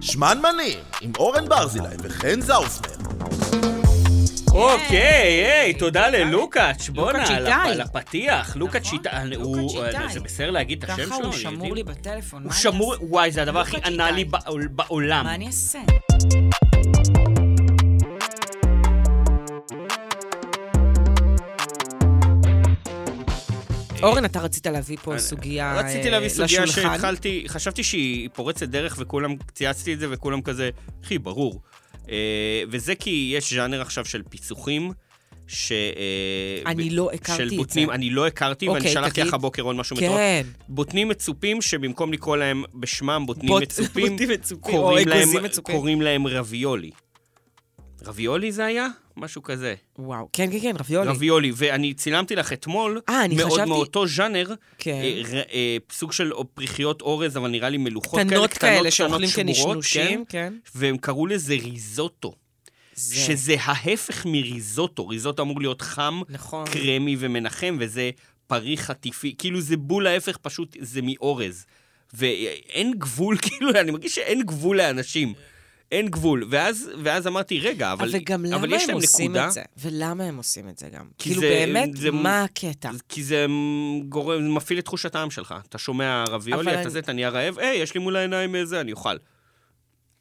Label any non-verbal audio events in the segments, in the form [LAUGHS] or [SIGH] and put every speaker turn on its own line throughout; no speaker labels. שמנמנים, עם אורן ברזילי וחן זאוסמן.
כן.
אוקיי, היי, תודה ללוקאץ', בואנה, על הפ-
צ'יטאי.
על הפתיח. לוקאץ'
נכון,
שיטה,
לוקאץ'
הוא, אה,
שיטאי.
זה בסדר להגיד את השם
ככה
שלו?
הוא
אני
שמור
יודעים.
לי בטלפון.
הוא
מה אני
שמור,
אעשה?
וואי, זה הדבר הכי
לוקאץ'
אנאלי
שיטאי.
בעול- בעולם.
מה אני אעשה? אורן, אתה רצית להביא פה סוגיה אה,
אה, רציתי להביא סוגיה
לשולחן.
שהתחלתי, חשבתי שהיא פורצת דרך וכולם, צייצתי את זה וכולם כזה, אחי, ברור. אה, וזה כי יש ז'אנר עכשיו של פיצוחים, ש... אה,
אני
ב-
לא הכרתי את
של
זה.
בוטנים, אני לא הכרתי, ואני
אוקיי,
שלחתי
תגיד.
לך הבוקר עוד משהו מטורף.
כן.
בוטנים מצופים, שבמקום לקרוא להם בשמם בוטנים
בוט-
מצופים,
בוטנים מצופים, או
קוראים,
אגוזים
להם,
מצופים.
קוראים להם רביולי. רביולי זה היה? משהו כזה.
וואו, כן, כן, כן, רביולי.
רביולי, ואני צילמתי לך אתמול,
אה, אני
מאוד
חשבתי-
מאותו ז'אנר,
כן.
אה, ר- אה, סוג של או- פריחיות אורז, אבל נראה לי מלוכות כאלה,
קטנות כאלה
קטנות,
שאוכלים
שמורות,
כנשנושים, כן.
והם קראו לזה ריזוטו,
זה-
שזה ההפך מריזוטו, ריזוטו אמור להיות חם,
נכון.
קרמי ומנחם, וזה פריך חטיפי, כאילו זה בול ההפך, פשוט זה מאורז. ואין גבול, [LAUGHS] כאילו, אני מרגיש שאין גבול לאנשים. אין גבול. ואז, ואז אמרתי, רגע, אבל,
אבל גם למה
אבל יש
הם
להם
עושים
נקודה,
את זה? ולמה הם עושים את זה גם?
כי
כאילו
זה-
באמת,
זה-
מה הקטע?
כי זה גורם, זה מפעיל את תחוש הטעם שלך. אתה שומע רביולי,
אבל
אתה
אני-
זה, אתה נהיה רעב, היי, יש לי מול העיניים אה, זה, אני אוכל.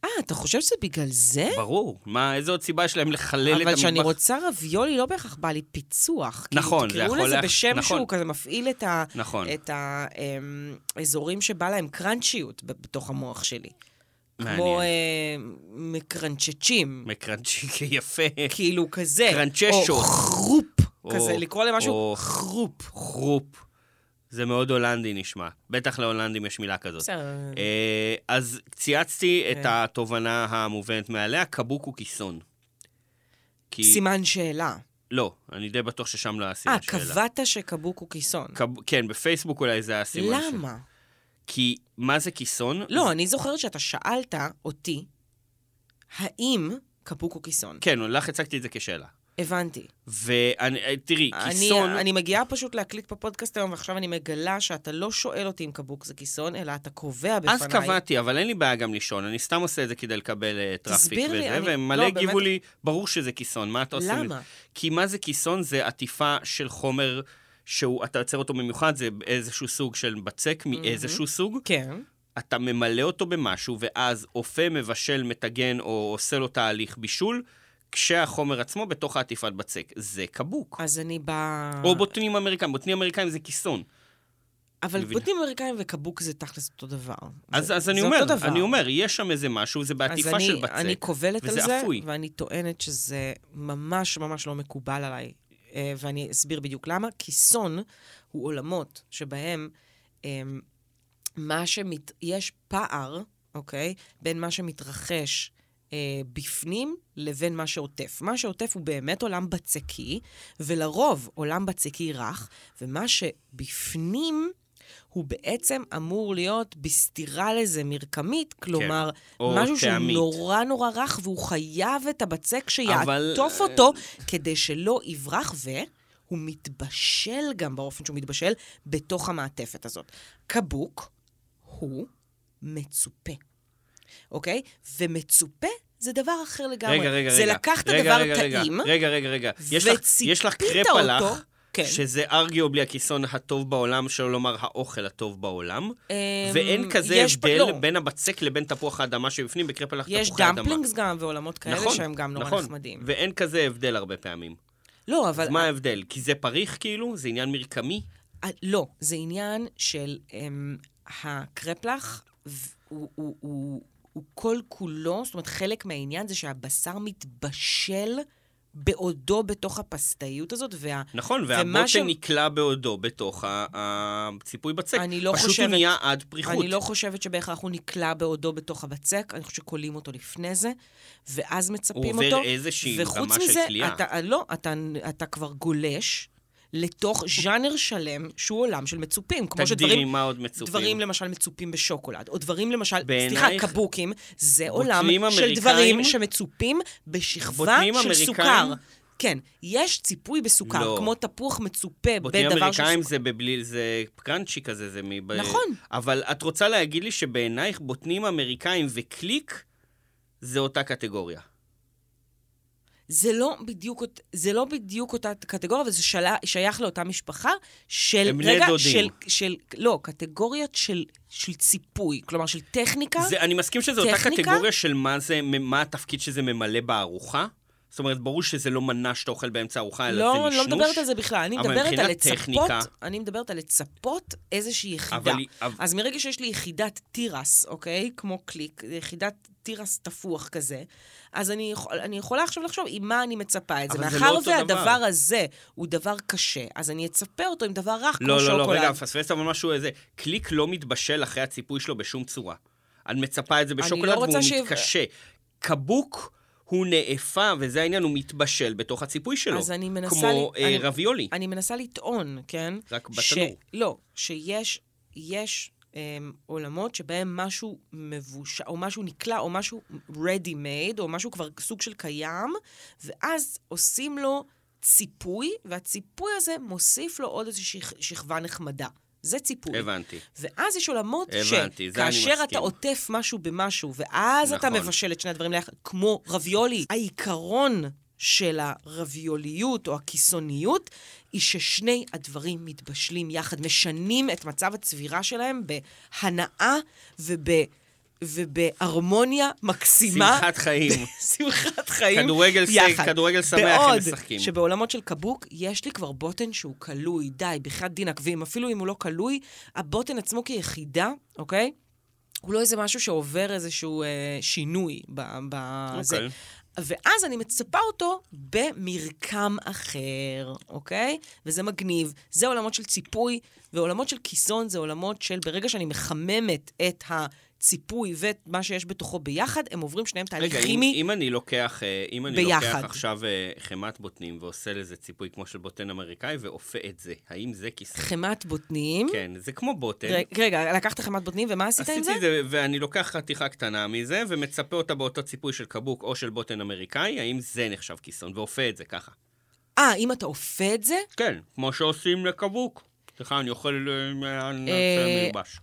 אה, אתה חושב שזה בגלל זה?
ברור. מה, איזה עוד סיבה יש להם לחלל את המטבח?
אה? אבל כשאני רוצה רביולי, לא בהכרח בא לי פיצוח. כאילו,
נכון, זה יכול
תקראו לזה
להכ-
בשם
נכון.
שהוא כזה מפעיל את ה-
נכון.
את האזורים שבא להם קראנצ'יות ב- בתוך המוח שלי.
מעניין.
כמו אה, מקרנצ'צ'ים,
מקרנצ'י, יפה.
כאילו כזה.
קרנצ'שות.
או חרופ,
או-
כזה, לקרוא למשהו
או
חרופ.
חרופ. זה מאוד הולנדי נשמע. בטח להולנדים יש מילה כזאת.
בסדר.
אה, אז צייצתי את
כן.
התובנה המובנת מעליה, קבוקו כיסון. כי...
סימן שאלה.
לא, אני די בטוח ששם לא היה סימן
אה,
שאלה.
קבעת שקבוק הוא כיסון.
קב- כן, בפייסבוק אולי זה היה סימן שאלה.
למה?
כי מה זה כיסון?
לא,
זה-
אני זוכרת שאתה שאלת אותי, האם קבוק הוא כיסון?
כן, לך הצגתי את זה כשאלה.
הבנתי.
ואני, אה, תראי,
אני,
כיסון...
אני מגיעה פשוט להקליט בפודקאסט היום, ועכשיו אני מגלה שאתה לא שואל אותי אם קבוק זה כיסון, אלא אתה קובע בפניי.
אז קבעתי, אבל אין לי בעיה גם לישון, אני סתם עושה את זה כדי לקבל אה, טראפיק
תסביר לי,
וזה,
אני-
ומלא
לא,
הגיבו
באמת-
לי, ברור שזה כיסון, מה אתה עושה? מזה?"
למה?
כי מה זה כיסון? זה עטיפה של חומר שהוא, אתה יוצר אותו במיוחד, זה איזשהו סוג של בצק מאיזשהו סוג,
כן.
אתה ממלא אותו במשהו, ואז אופה, מבשל, מטגן או עושה לו תהליך בישול, כשהחומר עצמו בתוך העטיפת בצק. זה קבוק.
אז אני באה...
או בוטנים אמריקאים, בוטנים אמריקאים זה כיסון.
אבל
מבינה.
בוטנים אמריקאים וקבוק זה תכלס אותו דבר.
אז,
זה-
אז אני
זה
אומר,
אותו דבר.
אני אומר, יש שם איזה משהו, זה בעטיפה
אז
של
אני,
בצק.
אני קובלת על
וזה
זה,
אפוי.
ואני טוענת שזה ממש ממש לא מקובל עליי, אה, ואני אסביר בדיוק למה. כיסון הוא עולמות שבהם אה, מה שמת... יש פער, אוקיי, בין מה שמתרחש אה, בפנים לבין מה שעוטף. מה שעוטף הוא באמת עולם בצקי, ולרוב עולם בצקי רך, ומה שבפנים... הוא בעצם אמור להיות בסתירה לזה מרקמית,
כן.
כלומר,
או
משהו
טעמית.
שהוא נורא נורא רך, והוא חייב את הבצק שיעטוף
אבל- אה,
אותו כדי שלא יברח, והוא מתבשל גם באופן שהוא מתבשל בתוך המעטפת הזאת. קבוק הוא מצופה, אוקיי? ומצופה זה דבר אחר לגמרי.
רגע, רגע,
זה
רגע.
לקחת
רגע,
דבר
רגע, רגע.
טעים,
רגע, רגע, רגע. יש לך-
וציפית
יש לך קרפ עלך,
אותו, כן.
שזה ארגיובלי הכיסון הטוב בעולם, שלא לומר האוכל הטוב בעעולם,
אמ,
ואין כזה
יש פ-
הבדל
לא.
בין הבצק לבין תפוח האדמה שבפנים, בקרפ עלך
יש
תפוחי אדמה.
דמפלינגס גם ועולמות כאלה
נכון,
שהם גם נורא
נכון.
נחמדים.
ואין כזה הבדל הרבה פעמים.
לא,
אז
אבל...
מה ההבדל? כי זה פריך כאילו? זה עניין מרקמי?
אה, לא, זה עניין של אמ, הקרפלח, ו- הוא, הוא, הוא, הוא כל כולו, זאת אומרת, חלק מהעניין זה שהבשר מתבשל בעודו בתוך הפסטאיות הזאת, וה...
נכון,
ומה
והבוטן
ש-
נקלע בעודו בתוך ה- הציפוי בצק.
אני לא
פשוט
חושבת-
הוא נהיה עד פריחות.
אני לא חושבת שבהכרח הוא נקלע בעודו בתוך הבצק, אני חושבת שכולים אותו לפני זה, ואז מצפים
הוא
אותו.
עובר איזושהי רמה של
וחוץ מזה,
כליאה.
אתה, לא, אתה, אתה כבר גולש לתוך ז'אנר שלם שהוא עולם של מצופים. כמו
תגדירי
שדברים
מה עוד מצופים.
דברים למשל מצופים בשוקולד, או דברים למשל,
בעינייך-
סליחה, קבוקים, זה עולם
אמריקאים-
של דברים שמצופים בשכבה
בוטנים
של
אמריקאים-
סוכר. כן, יש ציפוי בסוכר,
לא.
כמו תפוח מצופה
בוטנים
בדבר של
אמריקאים
סוכר.
זה בבלי, זה קראנצ'י כזה, זה מב...
נכון.
אבל את רוצה להגיד לי שבעינייך בוטנים אמריקאים וקליק זה אותה קטגוריה.
זה לא בדיוק, אות- זה לא בדיוק אותה קטגוריה, וזה שלה, שייך לאותה משפחה של...
הם בני
רגע,
דודים.
של, של... לא, קטגוריות של, של ציפוי, כלומר של טכניקה.
זה, אני מסכים שזו אותה
כן. טכניקה?
קטגוריה של מה, זה, מה התפקיד שזה ממלא בארוחה. זאת אומרת, ברור שזה לא מנה שאתה אוכל באמצע הארוחה, אלא זה
לא, אני
נשנוש.
לא מדברת על זה בכלל. אני
אבל
מדברת על
מבחינת
לצפות,
טכניקה-
אני מדברת על לצפות איזושהי יחידה.
אבל היא- אבל-
אז מרגע שיש לי יחידת תירס, אוקיי? כמו קליק, יחידת תירס תפוח כזה, אז אני, יכול, אני יכולה עכשיו לחשוב עם מה אני מצפה את זה.
אבל זה
מאחר
לא אותו
והדבר
דבר.
הזה הוא דבר קשה, אז אני אצפה אותו עם דבר רך כמו
לא, לא,
שוקולד.
לא, רגע, פספסת אבל משהו איזה. קליק לא מתבשל אחרי הציפוי שלו בשום צורה. את מצפה את זה
אני לא
בשוקולד
רוצה
והוא
שיב-
מתקשה. קבוק, הוא נאפה, וזה העניין, הוא מתבשל בתוך הציפוי שלו.
אז אני מנסה...
כמו
לי-
אה,
אני-
רביולי.
אני מנסה לטעון, כן?
רק
ש-
בתנור.
לא, שיש יש, אמ, עולמות שבהם משהו מבושל, או משהו נקלע, או משהו ready made, או משהו כבר סוג של קיים, ואז עושים לו ציפוי, והציפוי הזה מוסיף לו עוד איזושהי שכ- שכבה נחמדה. זה ציפוי.
הבנתי.
ואז יש עולמות
הבנתי, זה אני
שכאשר אתה
מסכים.
עוטף משהו במשהו, ואז אתה
נכון.
מבשל את שני הדברים ליחד, כמו רביולי. העיקרון של הרביוליות או הקיסוניות, היא ששני הדברים מתבשלים יחד, משנים את מצב הצבירה שלהם בהנאה וב... ובהרמוניה מקסימה.
שמחת
[LAUGHS]
חיים.
שמחת חיים
כדורגל סק-
יחד.
כדורסל שמח הם
בעוד
משחקים.
שבעולמות של קבוק, יש לי כבר בוטן שהוא כלוי, די, בחייאת דינק, ואם אפילו אם הוא לא כלוי, הבוטן עצמו כיחידה, אוקיי? הוא לא איזה משהו שעובר איזשהו אה, שינוי בזה.
אוקיי.
ואז אני מצפה אותו במרקם אחר, אוקיי? וזה מגניב. זה עולמות של ציפוי, ועולמות של כיסון זה עולמות של ברגע שאני מחממת את הציפוי ואת מה שיש בתוכו ביחד, הם עוברים שניהם תהליך
רגע, אם,
כימי.
אם אני לוקח, אה, אם אני
ביחד.
לוקח עכשיו אה, חמת בוטנים ועושה לזה ציפוי כמו של בוטן אמריקאי ואופה את זה, האם זה כיסא?
חמת בוטנים.
כן, זה כמו בוטן.
רג- רגע, לקחת חמת בוטנים ומה עשית עם
עשיתי
זה?
את זה, ואני לוקח חתיכה קטנה מזה ומצפה אותה באותו ציפוי של קבוק או של בוטן אמריקאי, האם זה נחשב כיסון, ואופה את זה ככה.
אה, אם אתה אופה את זה?
כן, כמו שעושים לקבוק. סליחה, אני אוכל אה, אה,
אה,
מיובש.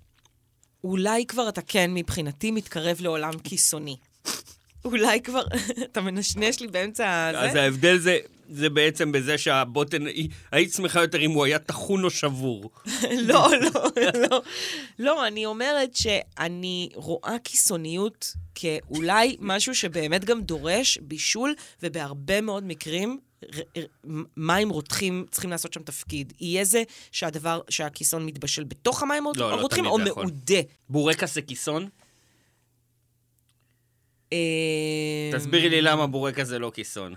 אולי כבר אתה כן, מבחינתי, מתקרב לעולם כיסוני. אולי כבר, [LAUGHS] אתה מנשנש לי באמצע
אז
הזה?
ההבדל אה, זה, זה בעצם בזה שהבוטן, היא- היית שמחה יותר אם הוא היה טחון או שבור.
[LAUGHS] לא, לא, לא. לא, אני אומרת שאני רואה כיסוניות
[LAUGHS]
כאולי משהו שבאמת גם דורש בישול, ובהרבה מאוד מקרים... ר- ר- מים רותחים צריכים לעשות שם תפקיד. יהיה זה שהדבר, שהכיסון מתבשל בתוך המים
לא, לא
הרותחים,
תמיד
או
זה יכול.
מעודה.
בורקס זה כיסון?
אה,
תסבירי לי למה בורקס זה לא כיסון.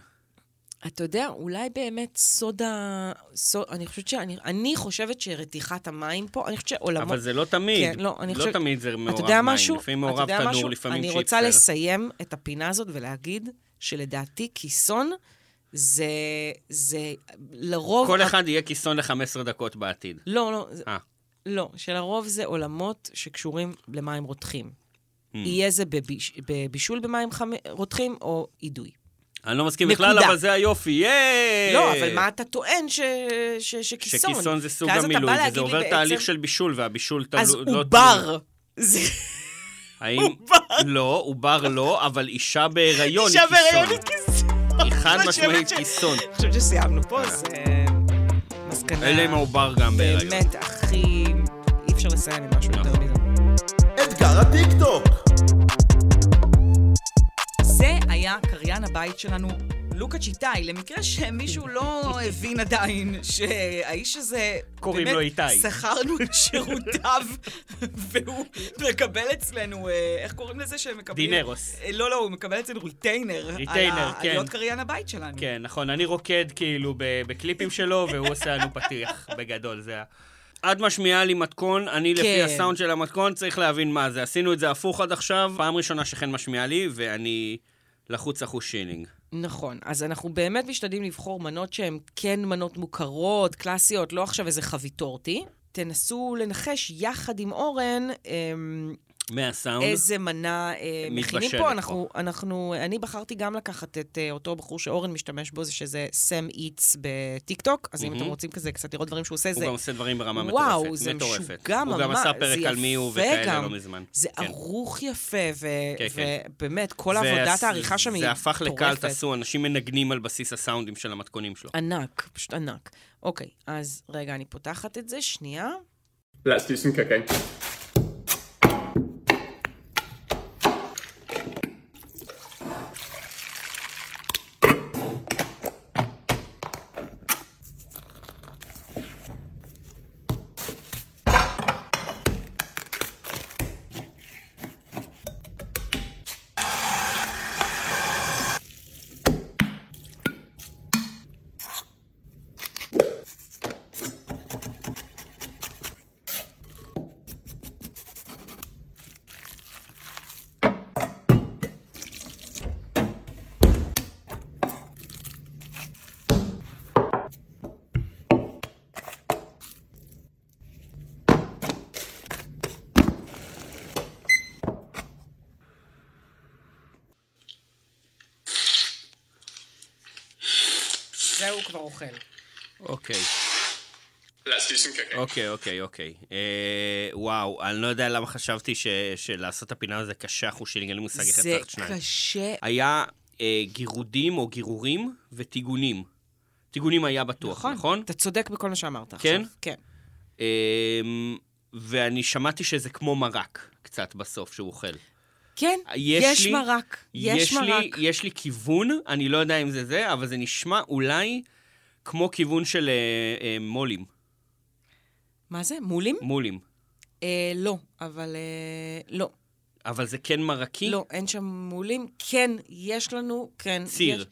אתה יודע, אולי באמת סוד ה... סוד... אני חושבת שאני... אני חושבת שרתיחת המים פה, אני חושבת שעולמות...
אבל זה לא תמיד.
כן, לא, אני
לא
חושבת-
תמיד זה מעורב
אתה יודע
מים.
משהו?
לפעמים
אתה
מעורב
יודע משהו?
תנור, לפעמים צ'יפסר.
אני רוצה לסיים את הפינה הזאת ולהגיד שלדעתי כיסון זה... זה לרוב...
כל אחד יהיה כיסון ל-15 דקות בעתיד.
לא, לא, זה-
אה,
לא, שלרוב זה עולמות שקשורים למים רותחים.
Hmm.
יהיה זה בביש... בבישול במים חמ... רותחים או אידוי.
אני לא מסכים
נקודה.
בכלל, אבל זה היופי, יאה!
לא, אבל מה אתה טוען ש... ש... שכיסון?
שכיסון זה סוג
כי אז אתה בא
המילוי,
להגיד
וזה
לי
עובר
בעצם-
תהליך של בישול, והבישול תלוי...
אז
לא
עובר. זה...
תלוי. האם... לא, עובר לא, אבל אישה
[LAUGHS]
בהיריון
אישה
היא
בהיריון
כיסון.
היא כיסון.
היא חד
אני חושבת
משמעית
ש-
כיסון.
אני חושבת שסיימנו פה, אז אה, מסקנה...
אלה עם העובר גם בהיריון.
באמת, הכי... אי אפשר לסיים עם משהו
נכון.
יותר מזה.
אתגר הטיקטוק.
זה היה קריין הבית שלנו, לוקה צ'יטאי, למקרה שמישהו לא הבין עדיין שהאיש הזה...
קוראים
באמת
לו איתי.
שכרנו את שירותיו, והוא מקבל אצלנו, אה, איך קוראים לזה שהם מקבלים?
דינרוס.
אה, לא, לא, הוא מקבל אצלנו ריטיינר.
ריטיינר,
על ה-
כן.
על להיות קריין הבית שלנו.
כן, נכון, אני רוקד כאילו ב- בקליפים שלו, והוא עושה לנו פתיח בגדול, זה ה... את משמיעה לי מתכון, אני כן. לפי
כן.
הסאונד של המתכון צריך להבין מה זה. עשינו את זה הפוך עד עכשיו, פעם ראשונה שחן משמיעה לי, ואני לחוץ אחוש שילינג.
נכון, אז אנחנו באמת משתדלים לבחור מנות שהן כן מנות מוכרות, קלאסיות, לא עכשיו איזה חביתורטי. תנסו לנחש יחד עם אורן אמ,
מהסאונד.
איזה מנה אה, מכינים
מתבשלת
פה.
פה.
אנחנו, אנחנו, אני בחרתי גם לקחת את אה, אותו בחור שאורן משתמש בו, זה שזה סם איטס בטיקטוק, אז אם
מהמם.
אתם רוצים כזה קצת לראות דברים שהוא עושה,
הוא
זה...
גם עושה דברים ברמה מטורפת.
וואו, זה
מטורפת.
משוגע
הוא גם
ממש,
עשה
זה
פרק על מי הוא
יפה
וכאלה
גם.
לא מזמן.
זה
כן.
ערוך יפה, ו-
כן, כן.
ובאמת, כל
זה
עבודת
הס-
העריכה שם היא
זה הפך לקהל,
מטורפת.
תעשו, אנשים מנגנים על בסיס הסאונדים של המתכונים שלו.
ענק, פשוט ענק. אוקיי, אז רגע, אני פותחת את זה, שנייה.
Let's do some cooking.
זהו, הוא כבר אוכל.
אוקיי.
Let's do some cooking.
אוקיי, אוקיי, אוקיי. אה, וואו, אני לא יודע למה חשבתי ש- שלעשות את הפינה הזו קשה, חושי, אין לי מושג איך
זה
יצחת שניים.
קשה.
היה אה, גירודים או גירורים וטיגונים. טיגונים היה בטוח, נכון?
אתה צודק בכל מה שאמרת
כן?
עכשיו. כן.
אמ, ואני שמעתי שזה כמו מרק, קצת בסוף, שהוא אוכל.
כן,
יש
יש
לי-
מרק. יש
לי,
מרק.
יש לי כיוון, אני לא יודע אם זה זה, אבל זה נשמע אולי כמו כיוון של אה, אה, מו"לים,
מה זה? מולים?
מו"לים.
אה, לא, אבל אה, לא.
אבל זה כן מרקי?
לא, אין שם מולים. כן, יש לנו, כן.
ציר.
יש-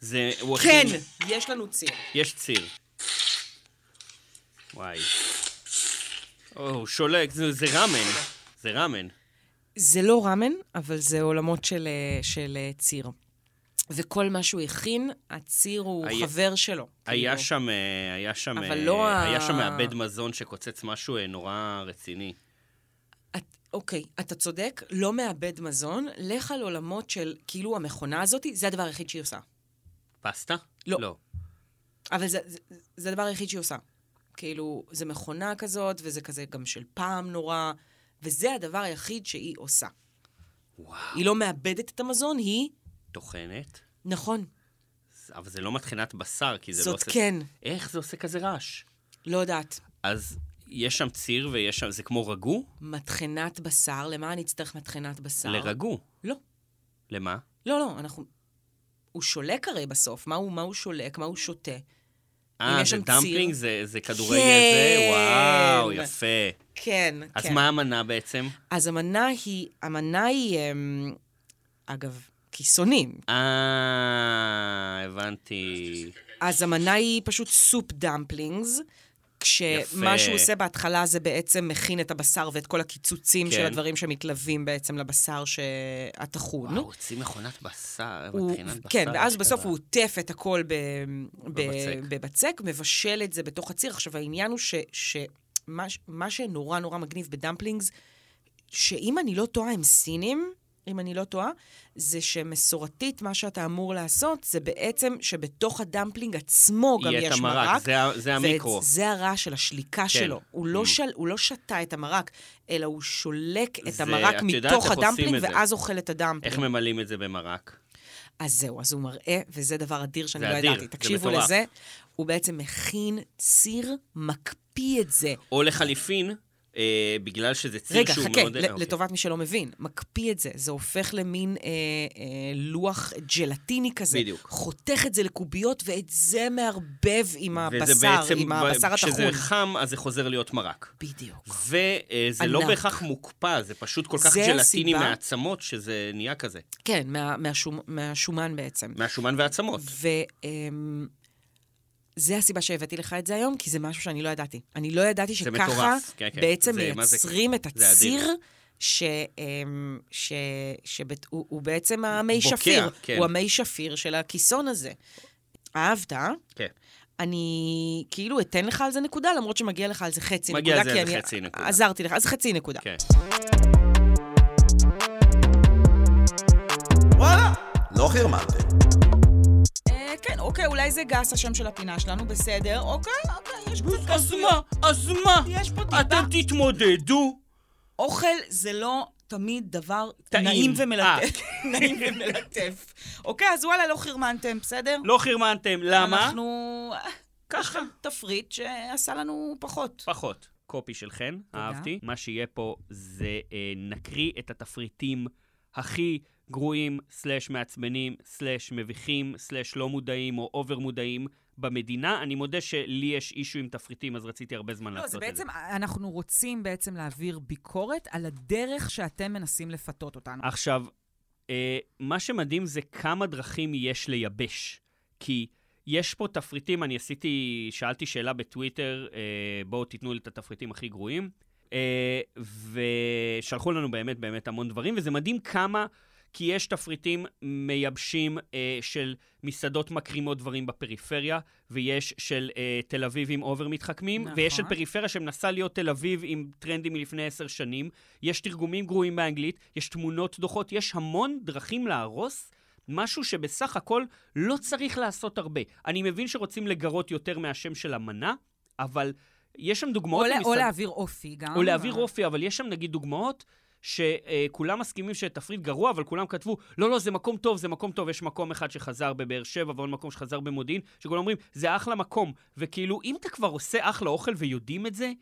זה... הוא הכי-
כן, יש לנו ציר.
יש ציר. וואי. או, הוא שולק, זה, זה ראמן. זה ראמן.
זה לא ראמן, אבל זה עולמות של, אה, של אה, ציר. וכל מה שהוא הכין, הציר הוא
היה-
חבר שלו.
היה
כאילו.
שם, אה, היה שם,
אבל
אה,
לא ה-
היה שם מעבד מזון שקוצץ משהו אה, נורא רציני.
את, אוקיי, אתה צודק, לא מאבד מזון, לך על עולמות של, כאילו, המכונה הזאת, זה הדבר היחיד שהיא עושה.
פסטה?
לא. אבל זה, זה, זה הדבר היחיד שהיא עושה. כאילו, זה מכונה כזאת, וזה כזה גם של פעם נורא, וזה הדבר היחיד שהיא עושה.
וואו.
היא לא מאבדת את המזון, היא...
טוחנת?
נכון,
אבל זה לא מטחנת בשר, כי זה לא
זאת
עושה...
כן.
איך זה עושה כזה רעש?
לא יודעת.
אז יש שם ציר ויש שם... זה כמו רגו?
מטחנת בשר, למה אני אצטרך מטחנת בשר?
לרגו.
לא.
למה?
לא, לא, אנחנו... הוא שולק הרי בסוף, מה הוא, מה הוא שולק, מה הוא שותה.
אה,
יש
זה
שם ציר.
דמפלינג, זה, זה כדורי
כן.
יזה? וואו, יפה.
כן,
אז
כן.
מה המנה בעצם?
אז המנה היא, המנה היא, אמ, אגב, כיסונים.
אה, הבנתי.
אז המנה היא פשוט סופ דמפלינגס, כשמה
יפה.
שהוא עושה בהתחלה זה בעצם מכין את הבשר ואת כל הקיצוצים
כן.
של הדברים שמתלווים בעצם לבשר שהטחון.
וואו, הוציא מכונת בשר,
הוא-
מטחינת בשר.
כן, ואז
אשכרה.
בסוף הוא עוטף את הכל ב-
בבצק.
ב- בבצק, מבשל את זה בתוך הציר. עכשיו, העניין הוא ש- ש- מה ש- מה שנורא נורא מגניב בדמפלינגס, שאם אני לא טועה, הם סינים, אם אני לא טועה, זה שמסורתית, מה שאתה אמור לעשות, זה בעצם שבתוך הדמפלינג עצמו גם
יהיה את
יש
המרק,
מרק.
זה ה- זה המיקרו.
וזה הרע של השליקה שלו. הוא לא
Mm.
של- הוא לא שתה את המרק, אלא הוא שולק את
זה-
המרק
את יודעת
מתוך
איך עושים
הדמפלינג,
את זה.
ואז אוכל את הדמפלינג.
איך ממלאים את זה במרק?
אז זהו, אז הוא מראה, וזה דבר אדיר שאני
זה
לא
אדיר,
ידעתי.
זה
תקשיבו
מטורף.
לזה. הוא בעצם מכין ציר, מקפיא את זה.
או לחליפין, אה, בגלל שזה ציר
רגע,
שהוא
חכה,
מאוד...
ל-
אה, אוקיי.
לטובת מי שלא מבין, מקפיא את זה, זה הופך למין אה, אה, לוח ג'לטיני כזה.
בדיוק.
חותך את זה לקוביות, ואת זה מערבב עם
וזה
הבשר,
בעצם,
עם
ב-
הבשר
כשזה
הטחון.
חם, אז זה חוזר להיות מרק.
בדיוק.
וזה לא
ענק.
בהכרח מוקפא, זה פשוט כל כך
זה
ג'לטיני
הסיבה-
מהעצמות, שזה נהיה כזה.
כן, מה, מהשומ, מהשומן בעצם.
מהשומן והעצמות.
וזה אמ, הסיבה שהבאתי לך את זה היום, כי זה משהו שאני לא ידעתי. אני לא ידעתי שככה
מטורף, כן, כן.
בעצם
זה- מה זה-
מייצרים את
זה אדיר.
הציר. ש... אמ, ש... שבט... הוא, הוא בעצם המי שפיר,
כן.
הוא המי שפיר של הכיסון הזה. אהבת?
כן.
אני כאילו אתן לך על זה נקודה, למרות שמגיע לך על זה חצי
מגיע
נקודה,
על זה כן.
כי אני
חצי נקודה.
עזרתי לך, אז חצי נקודה.
כן.
לא חרמנתם.
אה, כן, אוקיי, אולי זה גס השם של הפינה שלנו, בסדר. אוקיי, אוקיי, יש קצת
אז
כפוי.
מה? אז מה?
יש פה טיפה.
אתם תתמודדו.
אוכל זה לא תמיד דבר
טעים.
נעים ומלטף.
אה.
[LAUGHS] נעים ומלטף. אוקיי, אז וואלה, לא חרמנתם, בסדר?
לא חרמנתם, למה?
אנחנו... [LAUGHS]
ככה. אה,
תפריט שעשה לנו פחות.
פחות. קופי של חן,
תודה.
אהבתי. מה שיהיה פה זה אה, נקריא את התפריטים הכי גרועים, סלאש מעצבנים, סלאש מביכים, סלאש לא מודעים או אובר מודעים במדינה. אני מודה שלי יש אישו עם תפריטים, אז רציתי הרבה זמן
לא, זה
לעשות את זה.
בעצם, אנחנו רוצים בעצם להעביר ביקורת על הדרך שאתם מנסים לפתות אותנו.
עכשיו, אה, מה שמדהים זה כמה דרכים יש לייבש. כי יש פה תפריטים, אני עשיתי, שאלתי שאלה בטוויטר, אה, בואו תיתנו לי את התפריטים הכי גרועים. אה, ושלחו לנו באמת באמת המון דברים, וזה מדהים כמה, כי יש תפריטים מייבשים אה, של מסעדות מקרימות דברים בפריפריה, ויש של אה, תל אביב עם אובר מתחכמים,
נכון.
ויש של פריפריה שמנסה להיות תל אביב עם טרנדים מלפני עשר שנים, יש תרגומים גרועים באנגלית, יש תמונות דוחות, יש המון דרכים להרוס. משהו שבסך הכל לא צריך לעשות הרבה. אני מבין שרוצים לגרות יותר מהשם של המנה, אבל יש שם
או
דוגמאות
לה- או
למסעד-
להעביר אופי גם.
אה.
או להביא רופי, אבל יש שם נגיד דוגמאות שכולם מסכימים שתפריט גרוע, אבל כולם כתבו, לא, לא, זה מקום טוב, זה מקום טוב. יש מקום אחד שחזר בבאר שבע ועוד מקום שחזר במודיעין, שכולם אומרים, זה אחלה מקום. וכאילו, אם אתה כבר עושה אחלה אוכל ויודעים את זה,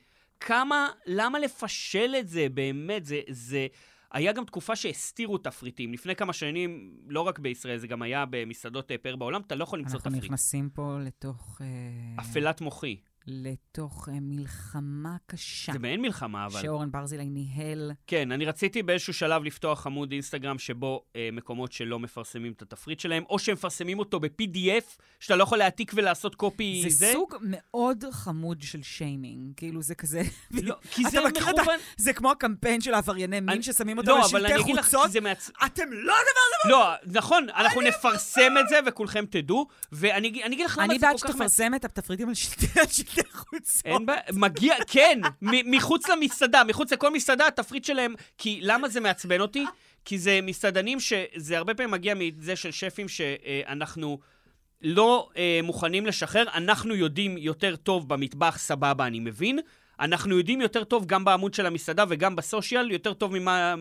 כמה, למה לפשל את זה באמת? זה, זה... היה גם תקופה שהסתירו תפריטים. לפני כמה שנים, לא רק בישראל, זה גם היה במסעדות אה, פאר בעולם, אתה לא יכול למצוא
אנחנו
תפריט.
נכנסים פה לתוך... אה,
אפלת מוחי.
לתוך אה, מלחמה קשה.
זה מעין מלחמה, אבל...
שאורן ברזילי ניהל.
כן, אני רציתי באיזשהו שלב לפתוח עמוד אינסטגרם שבו אה, מקומות שלא מפרסמים את התפריט שלהם, או שהם מפרסמים אותו ב-PDF, שאתה לא יכול להעתיק ולעשות קופי
זה סוג מאוד חמוד של שיימינג. כאילו, זה כזה... [LAUGHS]
לא, כי
אתה
זה
מכיר את ה-
מכוון...
זה כמו הקמפיין של העברייני מין
אני-
ששמים אותם
לא,
על
אבל אני
שלטי
אגיד לך,
חוצות.
זה מעצ...
אתם לא הדבר הזה!
לא, נכון, אנחנו נפרסם את זה וכולכם תדעו, ואני אגיד- אני אגיד לך למה
אני
זה
בעד
כל כך... מעצ-
שתפרסם את התפריטים על שלטי על שלטי חוצות.
אין בעיה, מגיע, כן, מ- מחוץ למסעדה, מחוץ לכל מסעדה, התפריט שלהם, כי למה זה מעצבן אותי? כי זה מסעדנים שזה הרבה פעמים מגיע מזה של שפים אה, שאנחנו לא אה, מוכנים לשחרר, אנחנו יודעים יותר טוב במטבח, סבבה, אני מבין. אנחנו יודעים יותר טוב גם בעמוד של המסעדה וגם בסושיאל, יותר טוב ממה,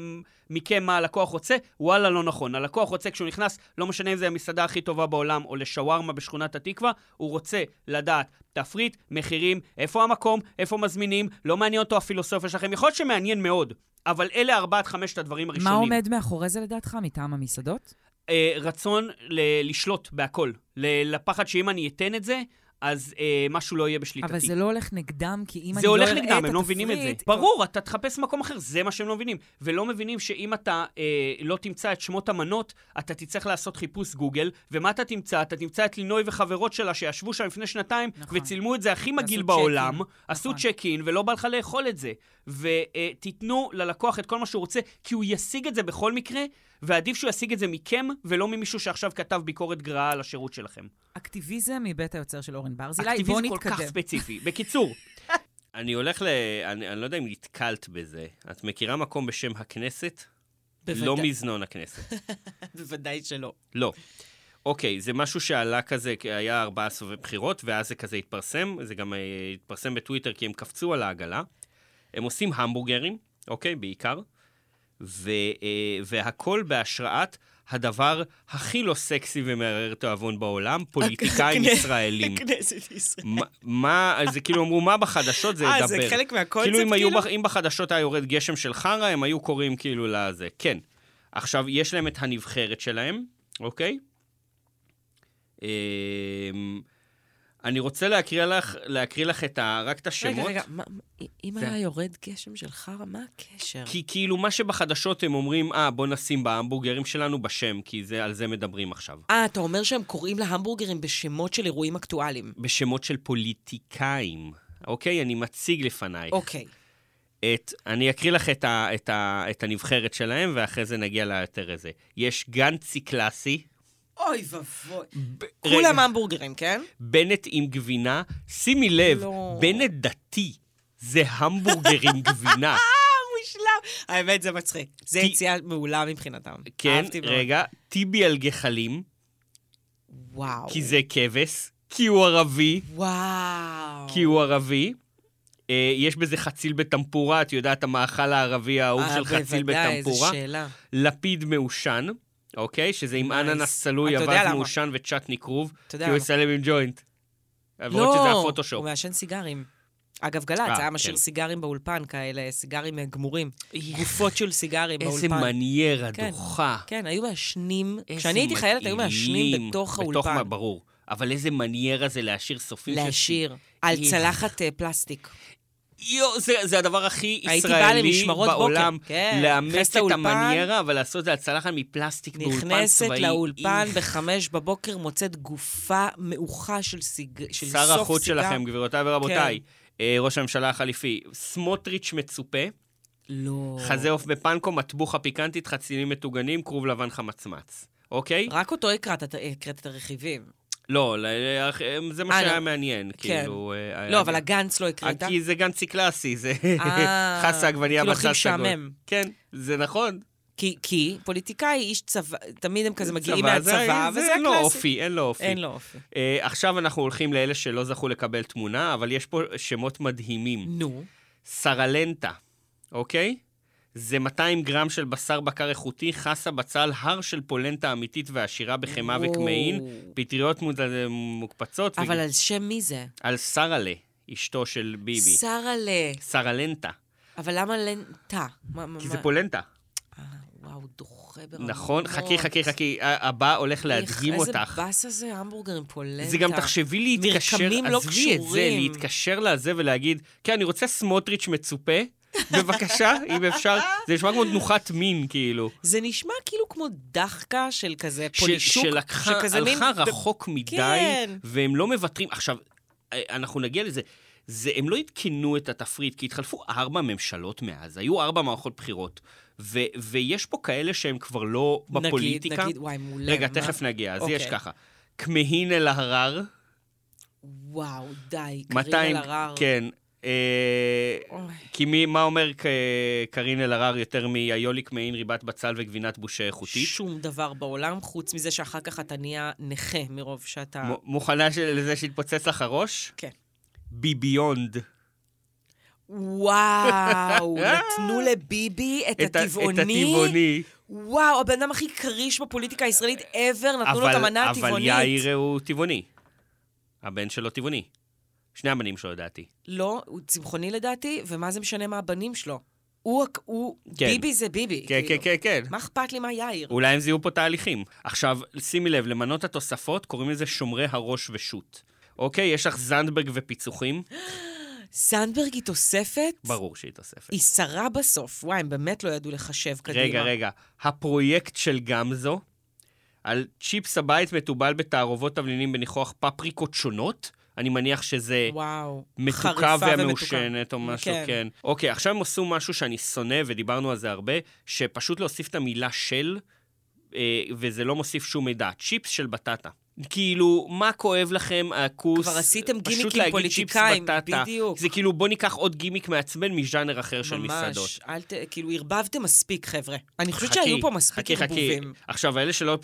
מכם מה הלקוח רוצה, וואלה לא נכון. הלקוח רוצה כשהוא נכנס, לא משנה אם זה המסעדה הכי טובה בעולם או לשווארמה בשכונת התקווה, הוא רוצה לדעת תפריט, מחירים, איפה המקום, איפה מזמינים, לא מעניין אותו הפילוסופיה שלכם, יכול להיות שמעניין מאוד, אבל אלה ארבעת חמשת הדברים
מה
הראשונים.
עומד מאחורי זה לדעתך, מטעם המסעדות?
אה, רצון ל- לשלוט בהכל. ל- לפחד שאם אני אתן את זה, אז אה, משהו לא יהיה בשליטתי.
אבל זה לא הולך נגדם, כי אם
זה
אני לא אראה את
הולך
התפריט...
נגדם, הם לא מבינים את זה. ברור, אתה תחפש מקום אחר, זה מה שהם לא מבינים. ולא מבינים שאם אתה אה, לא תמצא את שמות המנות, אתה תצטרך לעשות חיפוש גוגל, ומה אתה תמצא? אתה תמצא את לינוי וחברות שלה שישבו שם לפני שנתיים,
נכון.
וצילמו את זה הכי מגעיל
צ'ק-אין.
בעולם, עשו
נכון.
צ'ק אין, ולא בא לך לאכול את זה. ותיתנו ללקוח את כל מה שהוא רוצה, כי הוא ישיג את זה בכל מקרה, ועדיף שהוא ישיג את זה מכם, ולא ממישהו שעכשיו כתב ביקורת גרעה על השירות שלכם.
אקטיביזם מבית היוצר של אורן ברזילי, בוא
אקטיביזם כל כך
נתקדם.
ספציפי. בקיצור, אני הולך ל... אני, אני לא יודע אם נתקלת בזה. את מכירה מקום בשם הכנסת?
בוודאי.
לא מזנון הכנסת.
[LAUGHS] בוודאי שלא.
לא. אוקיי, זה משהו שעלה כזה, כי היה ארבעה סבבי בחירות, ואז זה כזה התפרסם, זה גם אה, התפרסם בטוויטר כי הם קפצו על העגלה. הם עושים המבורגרים, אוקיי, בעיקר, ו, אה, והכל בהשראת הדבר הכי לא סקסי ומערער תיאבון
[LAUGHS]
בעולם,
[LAUGHS]
פוליטיקאים
הכנסת-
ישראלים.
כנסת ישראל.
מה- מה, זה כאילו אמרו, מה בחדשות זה ידבר.
אה, זה חלק מהקונספט,
כאילו? אם היו
כאילו?
בח- אם בחדשות היה יורד גשם של חרא, הם היו קוראים כאילו לזה. כן. עכשיו, יש להם את הנבחרת שלהם, אוקיי? אמ, אני רוצה להקריא לך, להקריא לך את ה, רק את השמות.
רגע, רגע, מה- מה- אם
זה-
היה יורד גשם של חרא, מה הקשר?
כי כאילו, מה שבחדשות הם אומרים, אה, בוא נשים בהמבורגרים שלנו בשם, כי זה, על זה מדברים עכשיו.
אה, אתה אומר שהם קוראים להמבורגרים בשמות של אירועים אקטואליים.
בשמות של פוליטיקאים, אוקיי? אני מציג לפנייך.
אוקיי.
את, אני אקריא לך את, ה, את, ה, את הנבחרת שלהם, ואחרי זה נגיע ליותר איזה. יש גנצי קלאסי,
אוי ואבוי.
רגע.
כולם
אמ-
המבורגרים, כן?
בנט עם גבינה, שימי לב,
לא.
[LAUGHS]
בנט דתי, זה המבורגר עם גבינה.
הוא ישלח
האמת, זה מצחיק. זה
כי-
יציאה מעולה מבחינתם.
כן,
אהבתי מאוד.
רגע, טיבי על גחלים,
וואו.
כי זה כבש, כי הוא ערבי,
לא. וואו.
כי הוא ערבי. אה, יש בזה חציל בטמפורה, את יודעת, המאכל הערבי האהוב
אה,
של חציל
בוודאי, איזו
בטמפורה.
שאלה.
לפיד מעושן, אוקיי? שזה עם
Nice.
אננס צלוי,
אתה יודע
אבק
למה.
מעושן וצ'אטני כרוב,
אתה
כי
יודע
הוא
למה.
יסלם עם ג'וינט. למרות שזה
לא,
הפוטושופ.
הוא מעשן סיגרים. אגב, גל"צ
אה,
היה משאיר
כן.
סיגרים באולפן, כאלה סיגרים אה, גמורים. גופות של סיגרים באולפן.
איזה מניירה
כן.
דוחה.
כן, היו מעשנים,
איזה
כשאני הייתי חיילת היו
מגעילים.
מעשנים בתוך האולפן.
מה- ברור. אבל איזה מניירה זה להשאיר סופים של-
להשאיר. על
איך.
צלחת אה, פלסטיק.
יואו, זה, זה הדבר הכי
הייתי באה
ישראלי
למשמרות בוקר,
בעולם.
כן. נכנסת
לאמץ את
לאולפן.
המניירה, אבל לעשות את זה על צלחת מפלסטיק באולפן
נכנסת
צבאי.
לאולפן
איך.
בחמש בבוקר, מוצאת גופה מעוכה של סיג- של סוף סיגר. כן.
שר החוץ שלכם, גבירותיי ורבותיי, אה, ראש הממשלה החליפי, סמוטריץ' מצופה,
לא.
חזה עוף בפנקו, מטבוחה פיקנטית, חצילים מטוגנים, כרוב לבן חמצמץ. אוקיי?
רק אותו הקראת, אתה- הקראת את הרכיבים.
לא, ל- ל- זה מה
אה,
שהיה
לא.
מעניין,
כן.
כאילו... אה,
לא,
אה,
אבל הגנץ לא הקראת.
כי זה גנצי קלאסי, זה
אה,
[LAUGHS] חסה עגבנייה
כאילו הכי
בצד סגול.
משעמם.
כן, זה נכון.
כי- כי פוליטיקאי, איש צבא, תמיד הם כזה מגיעים
צבא, אה, זה-
מהצבא, וזה
אין לו
הקלאסי.
אופי, אין לו אופי.
אין לו אופי.
אה, עכשיו אנחנו הולכים לאלה שלא זכו לקבל תמונה, אבל יש פה שמות מדהימים.
נו.
סרלנטה, אוקיי? זה 200 גרם של בשר בקר איכותי, חסה בצל, הר של פולנטה אמיתית ועשירה בחמאה
וואו.
וקמעין, פטריות מוד- מוקפצות,
אבל
ו-
על שם מי זה?
על סרלה, אשתו של ביבי.
שרה ל...
סרלנטה,
אה, אבל למה לנטה? מה- מה-
כי זה
מה-
פולנטה.
אה, וואו, דוחה ברמות.
נכון? חכי, חכי, חכי, ה- הבא הולך להדגים
איך-
אותך.
איזה באסה זה המבורגר עם פולנטה.
זה גם תחשבי להתקשר,
מרקמים לא
עזבי את זה,
קשורים.
להתקשר לזה ולהגיד, כן, אני רוצה סמוטריץ' מצופה, בבקשה, אם אפשר, זה נשמע כמו תנוחת מין, כאילו.
זה נשמע כאילו כמו דחקה של כזה
ש-
פולישוק.
שלקחה,
שכזה מין-
הלכה רחוק מדי,
כן.
והם לא מוותרים. עכשיו, אה, אנחנו נגיע לזה. זה, הם לא עדכנו את התפריט, כי התחלפו ארבע ממשלות מאז, היו ארבע מערכות בחירות. ו- ויש פה כאלה שהם כבר לא
נגיד,
בפוליטיקה.
נגיד, וואי, מעולה.
רגע,
מה?
תכף נגיע, אז
אוקיי.
יש ככה. כמהין אל-הרר,
וואו, די, קארין
200...
אלהרר.
כן. אה,
אוי.
כי מי, מה אומר ק- קארין אלהרר יותר מאיוליק מעין ריבת בצל וגבינת בושה איכותית?
שום דבר בעולם, חוץ מזה שאחר כך אתה נהיה נכה מרוב שאתה...
מ- מוכנה של- לזה שיתפוצץ לך הראש?
אה. כן.
ביביונד. [LAUGHS]
וואו, נתנו לביבי את,
ה-
הטבעוני.
את הטבעוני.
וואו, הבן אדם הכי כריש בפוליטיקה הישראלית ever, נתנו לו את
אבל,
המנה
אבל
הטבעונית.
יאיר הוא טבעוני. הבן שלו טבעוני. שני הבנים שלו, לדעתי.
לא, הוא צמחוני לדעתי, ומה זה משנה מה הבנים שלו? הוא, הק- הוא
כן.
ביבי זה ביבי.
כן, כן,
כאילו.
כן, כן.
מה אכפת לי מה יאיר?
אולי הם זיהו פה תהליכים. עכשיו, שימי לב, למנות התוספות קוראים לזה שומרי הראש ושות'. אוקיי, יש לך זנדברג ופיצוחים?
זנדברג היא תוספת?
ברור שהיא תוספת.
היא שרה בסוף. וואי, הם באמת לא ידעו לחשב קדימה.
רגע, רגע. הפרויקט של גמזו, על צ'יפס הבית מתובל בתערובות תבלינים בניחוח פפריקות שונות. אני מניח שזה
וואו.
מתוקה
חריפה
ומעושנת או
ומתוקה.
משהו, כן. כן. אוקיי, עכשיו הם עשו משהו שאני שונא, ודיברנו על זה הרבה, שפשוט להוסיף את המילה של, אה, וזה לא מוסיף שום מידע. צ'יפס של בטטה. כאילו, מה כואב לכם, הכוס?
כבר עשיתם
פשוט
גימיקים
להגיד
פוליטיקאים,
צ'יפס בטטה.
בדיוק.
זה כאילו, בוא ניקח עוד גימיק מעצבן מז'אנר אחר של מסעדות.
ממש. אל ת... כאילו, ערבבתם מספיק, חבר'ה. אני חושבת
חכי,
שהיו פה מספיק
חכי, חכי.
ערבובים.
עכשיו, אלה שלא...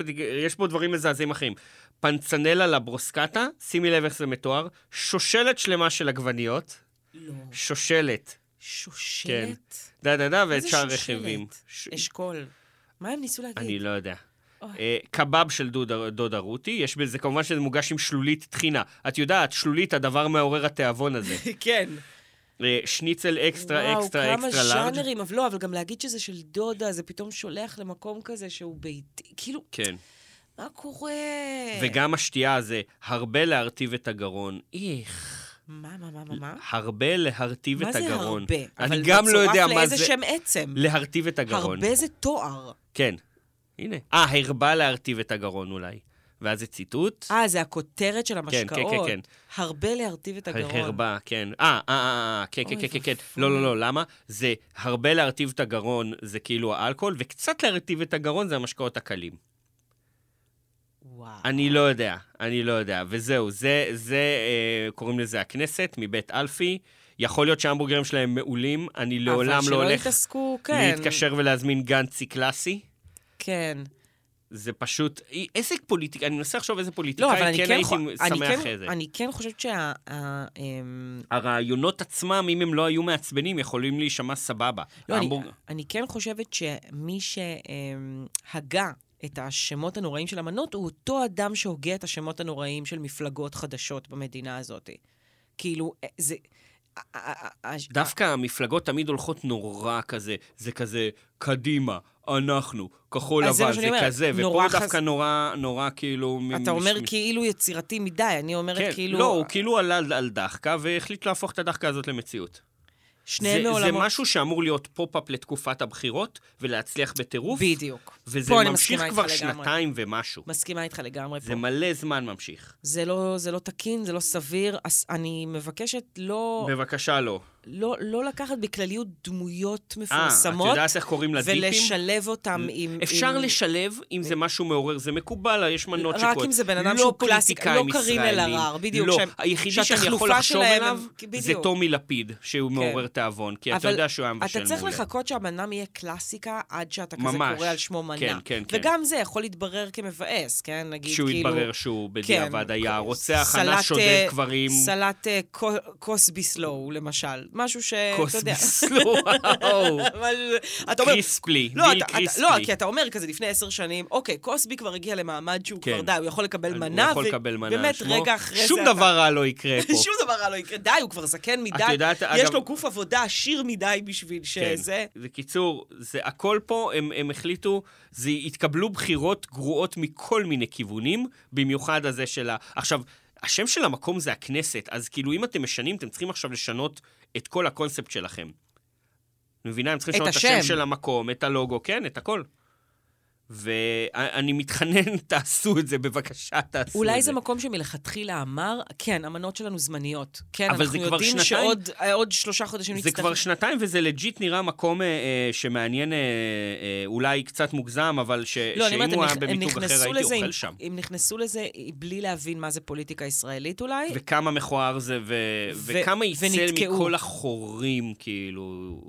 יש פה דברים מזעזעים אחרים. פנצנלה לברוסקטה, שימי לב איך זה מתואר, שושלת שלמה של עגבניות,
לא.
שושלת,
שושלת?
דה דה דה,
מה
ואת
זה
שאר
שושלת?
הרכיבים. ש-
אשכול. מה הם ניסו להגיד?
אני לא יודע.
אוי.
אה, קבב של דודה- דודה רותי, יש בזה, כמובן שזה מוגש עם שלולית טחינה. את יודעת, שלולית, הדבר מעורר התיאבון הזה.
[LAUGHS] כן.
אה, שניצל לא- אקסטרה, אקסטרה,
וואו, כמה
אקסטרה לארג'.
ז'אנרים, אבל לא, אבל גם להגיד שזה של דודה, זה פתאום שולח למקום כזה שהוא ביתי. כאילו,
כן.
מה קורה? אה.
וגם השתייה הזה, הרבה להרטיב את הגרון. איך.
מה, מה, מה, מה, מה?
הרבה להרטיב
מה
את
זה
הגרון.
הרבה?
אני
אבל
גם לא
מצורף
יודע מה זה...
לאיזה שם עצם.
להרטיב את הגרון.
הרבה זה תואר.
כן. הנה. אה, הרבה להרטיב את הגרון אולי. ואז זה ציטוט.
אה, זה הכותרת של
כן,
המשקאות.
כן.
הרבה להרטיב את הגרון.
הרבה, כן. אה, אה, אה, אה, כן, כן,
אוי
כן, כן, כן.
ואבוי.
לא, לא, לא, למה? זה הרבה להרטיב את הגרון, זה כאילו האלכוהול, וקצת להרטיב את הגרון זה המשקאות הקלים.
וואו.
אני לא יודע, אני לא יודע. וזהו, זה, זה, אה, קוראים לזה הכנסת, מבית אלפי. יכול להיות שההמבורגרים שלהם מעולים, אני
אבל
לעולם לא
שלא
הולך
יתעסקו, כן.
להתקשר ולהזמין גנצי קלאסי.
כן.
זה פשוט, אי- איזה פוליטיקאי, אני מנסה לחשוב איזה
לא, אבל
פוליטיקאי,
אני
כן
כן
הייתי
חו- אני
שמח
כן-
אחרי זה.
אני כן חושבת שה... ה- אמ,
הרעיונות עצמם, אם הם לא היו מעצבנים, יכולים להישמע סבבה.
לא, אני,
ההמבורג-
אני כן חושבת שמי שהגה את השמות הנוראים של המנות, הוא אותו אדם שהוגה את השמות הנוראים של מפלגות חדשות במדינה הזאת. כאילו, אה, זה... ה- ה- ה- ה-
דווקא המפלגות תמיד הולכות נורא כזה, זה כזה, קדימה, אנחנו, כחול
אז זה מה
לבן,
שאני
זה
אומרת,
כזה, ופה
נורא
הוא
חז-
דווקא נורא, נורא כאילו... מ-
אתה אומר
מש- מש-
כאילו יצירתי מדי, אני אומרת
כן,
כאילו...
לא, הוא כאילו עלה על- על דחקה והחליט להפוך את הדחקה הזאת למציאות.
שניהם
זה-
מעולמות.
זה משהו שאמור להיות פופ-אפ לתקופת הבחירות, ולהצליח בטירוף.
בדיוק.
וזה
פה אני
ממשיך
מסכימה
כבר
איתך לגמרי.
שנתיים ומשהו.
מסכימה איתך לגמרי פה.
זה מלא זמן ממשיך.
זה לא, זה לא תקין, זה לא סביר. אז אני מבקשת לא,
בבקשה, לא.
לא, לא לקחת בכלליות דמויות
אה, את
מפורסמות.
יודעת איך קוראים לדיפים?
ולשלב אותם עם...
אפשר
עם...
לשלב אם זה משהו מעורר, זה מקובל, יש מנות שקועות.
אה, רק אם זה בן אדם שהוא קלאסיק,
פוליטיקאים
לא קארין
ישראלים.
אלהרר, בדיוק,
לא,
שהם-
היחידי שאני יכול
שהתחלופה
לחשוב
שלהם
עליו,
הם-
זה
בדיוק. כן.
טומי לפיד, שהוא מעורר תיאבון, כי אתה
אבל
יודע שהוא היה מבשל
אתה
מעולה.
צריך לחכות שהמנם יהיה קלאסיקה עד שאתה כזה
ממש.
קורא על שמו מנה.
כן, כן, כן.
וגם זה יכול להתברר כמבאס, כן? נגיד,
כשהוא
כאילו...
התברר שהוא בדיעבד
כן,
היה
כ-
רוצח,
סלט,
אנס, שודד
אה,
קברים.
סלט אה, ק- קוסבי סלואו, למשל. משהו ש... אתה יודע.
קוסמיסלו, [LAUGHS] וואו.
[LAUGHS] אבל אתה אומר...
קריספלי,
לא,
ביל
אתה- אתה-
קריספלי.
לא, כי אתה אומר כזה לפני עשר שנים, אוקיי, קוסבי כבר הגיע למעמד שהוא
כן.
כבר די, הוא יכול לקבל
הוא
מנה,
יכול
ו-
לקבל מנה.
באמת,
שמו-
רגע אחרי זה
שום
אתה-
דבר רע לא יקרה פה.
[LAUGHS] שום דבר רע לא יקרה. די, הוא כבר זקן מדי.
את יודעת,
יש
אגב-
לו גוף עבודה עשיר מדי בשביל
כן.
שזה...
בקיצור, זה הכל פה, הם, הם החליטו, זה התקבלו בחירות גרועות מכל מיני כיוונים, במיוחד הזה של ה... עכשיו, השם של המקום זה הכנסת, אז כאילו אם אתם משנים, אתם צריכים עכשיו לשנות את כל הקונספט שלכם. מבינה? הם צריכים
את
לשנות את השם
השם.
של המקום, את הלוגו, כן, את הכל. ואני מתחנן, [LAUGHS] תעשו את זה, בבקשה, תעשו את זה.
אולי זה מקום שמלכתחילה אמר, כן, המנות שלנו זמניות. כן,
אבל
אנחנו
זה כבר
יודעים
שנתיים-
שעוד אה, עוד שלושה חודשים
זה כבר שנתיים, וזה לג'יט נראה מקום אה, אה, שמעניין, אה, אה, אולי קצת מוגזם, אבל ש,
לא, אני
שאם
אומרת,
הוא היה
הם נכ- הם
במיתוג אחר,
נכנסו
הייתי
לזה,
אוכל
עם-
שם.
הם נכנסו לזה בלי להבין מה זה פוליטיקה ישראלית אולי.
וכמה מכוער זה, ו...
ו-
ו... וכמה יצא
ונתקעו.
מכל החורים, כאילו...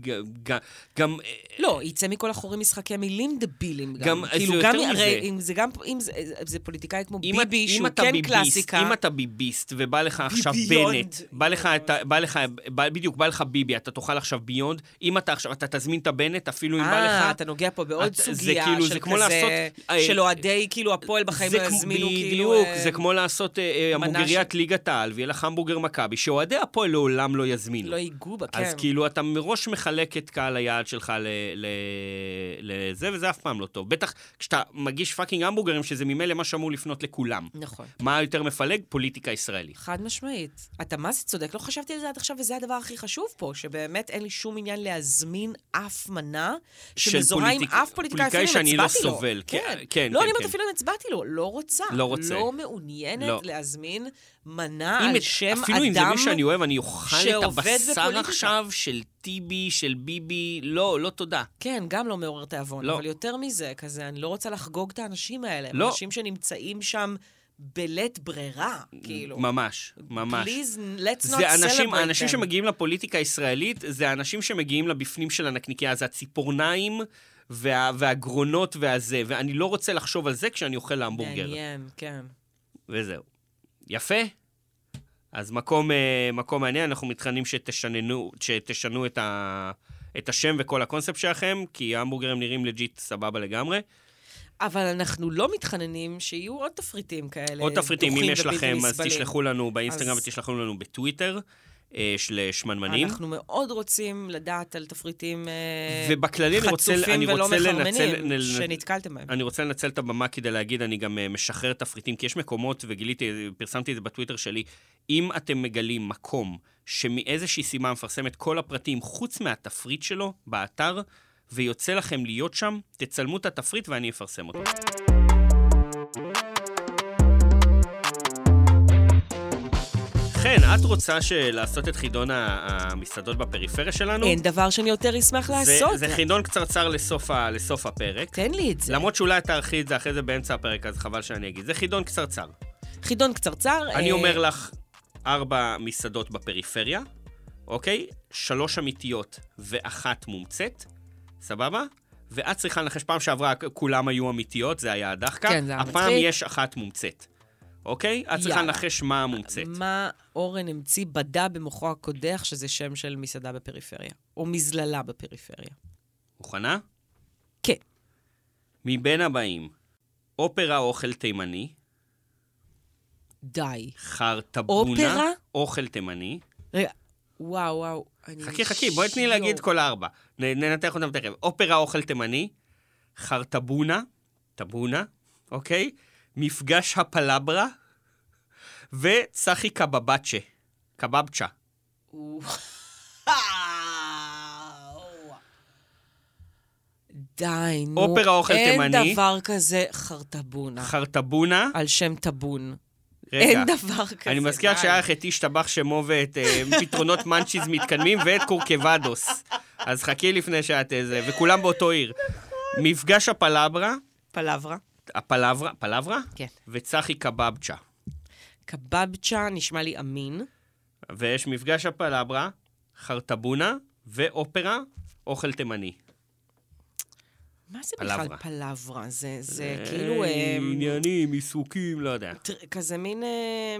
ג- ג- גם... אה,
לא, יצא מכל החורים משחקי מילים דבילים גם.
גם- אז
כאילו,
זה
גם
יותר
הרי
מזה.
אם זה גם, אם זה, זה פוליטיקאי כמו
אם, את-
ביבי,
אם
שהוא
אתה
כן
ביביסט,
קלאסיקה.
אם אתה ביביסט ובא לך עכשיו
ביביונד.
בנט, בא לך, את ה- בא לך, בא, בדיוק, בא לך ביבי, אתה תאכל עכשיו ביונד, אם אתה עכשיו, אתה תזמין את הבנט, אפילו אם בא לך...
אה, אתה נוגע פה בעוד
את- זה
סוגיה
כאילו,
של
זה כמו
כזה,
לעשות, אה,
של אוהדי, כאילו, הפועל בחיים לא
זה כמו-
יזמינו, כאילו...
בדיוק,
אה,
זה כמו לעשות אה, אה,
מנה
המבורגריית
של-
ליגת העל, ויהיה לך המבורגר מכבי, שאוהדי הפועל לעולם לא יזמינו.
לא ייגעו בה, כן.
אז כאילו, אתה מראש מחלק את קהל היעד שלך ל- ל- לזה, וזה אף פעם לא טוב. בטח כשאתה מגיש פאקינג המבורגרים, שזה ממילא מה שאמור לפנות לכולם.
נכון.
מה יותר מפלג? פוליטיקה ישראלית.
חד משמעית. אתה מה זה צודק, לא חשבתי על זה עד עכשיו, וזה הדבר הכי חשוב פה, שבאמת אין לי שום עניין להזמין אף מנה
של
שמזוהה עם
פוליטיק-
אף פוליטיקאי, אפילו
פוליטיקאי
אם הצבעתי
שאני לא
לו.
סובל. כן, כן,
לא,
כן,
אני אומרת
כן.
אפילו אם הצבעתי לו, לא רוצה.
לא רוצה.
לא מעוניינת
לא.
להזמין מנה
אם
אה, על
את-
שם אדם...
אפילו אם זה מי שאני אוהב, אני אוכל את
שעובד
הבשר
בפוליטיקה.
עכשיו של טיבי, של ביבי, לא, לא תודה.
כן, גם לא מעורר תיאבון.
לא.
אבל יותר מזה, כזה, אני לא רוצה לחגוג את האנשים האלה. הם
לא.
אנשים שנמצאים שם בלית ברירה, כאילו.
ממש, ממש.
Please, let's not
זה אנשים,
celebrate
האנשים
them.
שמגיעים לפוליטיקה הישראלית, זה האנשים שמגיעים לבפנים של הנקניקייה, זה הציפורניים וה, והגרונות והזה, ואני לא רוצה לחשוב על זה כשאני אוכל המבורגר.
מעניין, כן.
וזהו. יפה. אז מקום, אה, מקום מעניין, אנחנו מתחננים שתשננו, שתשנו את, ה, את השם וכל הקונספט שלכם, כי ההמבורגרים נראים לג'יט סבבה לגמרי.
אבל אנחנו לא מתחננים שיהיו עוד תפריטים כאלה.
עוד תפריטים, אם
דוחים
יש
ובלתי
לכם, אז
נסבלים.
תשלחו לנו באינסטגרם
אז-
ותשלחו לנו בטוויטר אה, של שמנמנים.
אנחנו מאוד רוצים לדעת על תפריטים אה,
ובכללי אני רוצה,
חצופים
אני
ולא
רוצה לנצל,
מחרמנים שנתקלתם בהם.
אני רוצה לנצל את הבמה כדי להגיד, אני גם אה, משחרר תפריטים, כי יש מקומות, וגיליתי, פרסמתי את זה בטוויטר שלי, אם אתם מגלים מקום שמאיזושהי סיבה מפרסם את כל הפרטים חוץ מהתפריט שלו באתר, ויוצא לכם להיות שם, תצלמו את התפריט ואני אפרסם אותו. חן, את רוצה ש- לעשות את חידון ה- המסעדות בפריפריה שלנו?
אין דבר שאני יותר אשמח לעשות.
זה, זה חידון קצרצר לסוף, ה, לסוף הפרק.
תן לי את זה.
למרות שאולי תערכי את זה אחרי זה באמצע הפרק, אז חבל שאני אגיד. זה חידון קצרצר.
חידון קצרצר.
אני
אה,
אומר לך, ארבע מסעדות בפריפריה, אוקיי? שלוש אמיתיות ואחת מומצאת, סבבה? ואת צריכה לנחש, פעם שעברה כולם היו אמיתיות, זה היה הדחקה.
כן, זה היה
הפעם
מצחיק.
יש אחת מומצאת, אוקיי? את צריכה
יאללה.
לנחש מה המומצאת.
מה אורן המציא בדה במוחו הקודח, שזה שם של מסעדה בפריפריה, או מזללה בפריפריה.
מוכנה?
כן.
מבין הבאים, אופרה אוכל תימני,
די.
חרטבונה,
אופרה?
אוכל תימני.
רגע, וואו, וואו. אני-
חכי, חכי, בואי תני להגיד כל הארבע. נ- ננתח אותם תכף. אופרה אוכל תימני, חרטבונה, טבונה, אוקיי? מפגש הפלברה, וצחי קבבצ'ה, קבבצ'ה.
די, נו.
אופרה אוכל תימני.
אין דבר כזה חרטבונה.
חרטבונה,
על שם טבון.
רגע.
אה. אין דבר כזה.
אני מזכיר לך
די.
שהיה לך את איש טבח שמו ואת אה, פתרונות מאנצ'יז מתקדמים ואת קורקבדוס. אז חכי לפני שאת איזה, וכולם באותו עיר.
נכון.
מפגש הפלברה,
פלברה.
הפלברה, פלברה?
כן.
וצחי קבבצ'ה.
קבבצ'ה נשמע לי אמין.
ויש מפגש הפלברה, חרטבונה ואופרה, אוכל תימני.
מה זה בכלל
פלברה.
פלברה? זה, זה כאילו... אה,
עניינים, עיסוקים, לא יודע.
טר- כזה מין אה,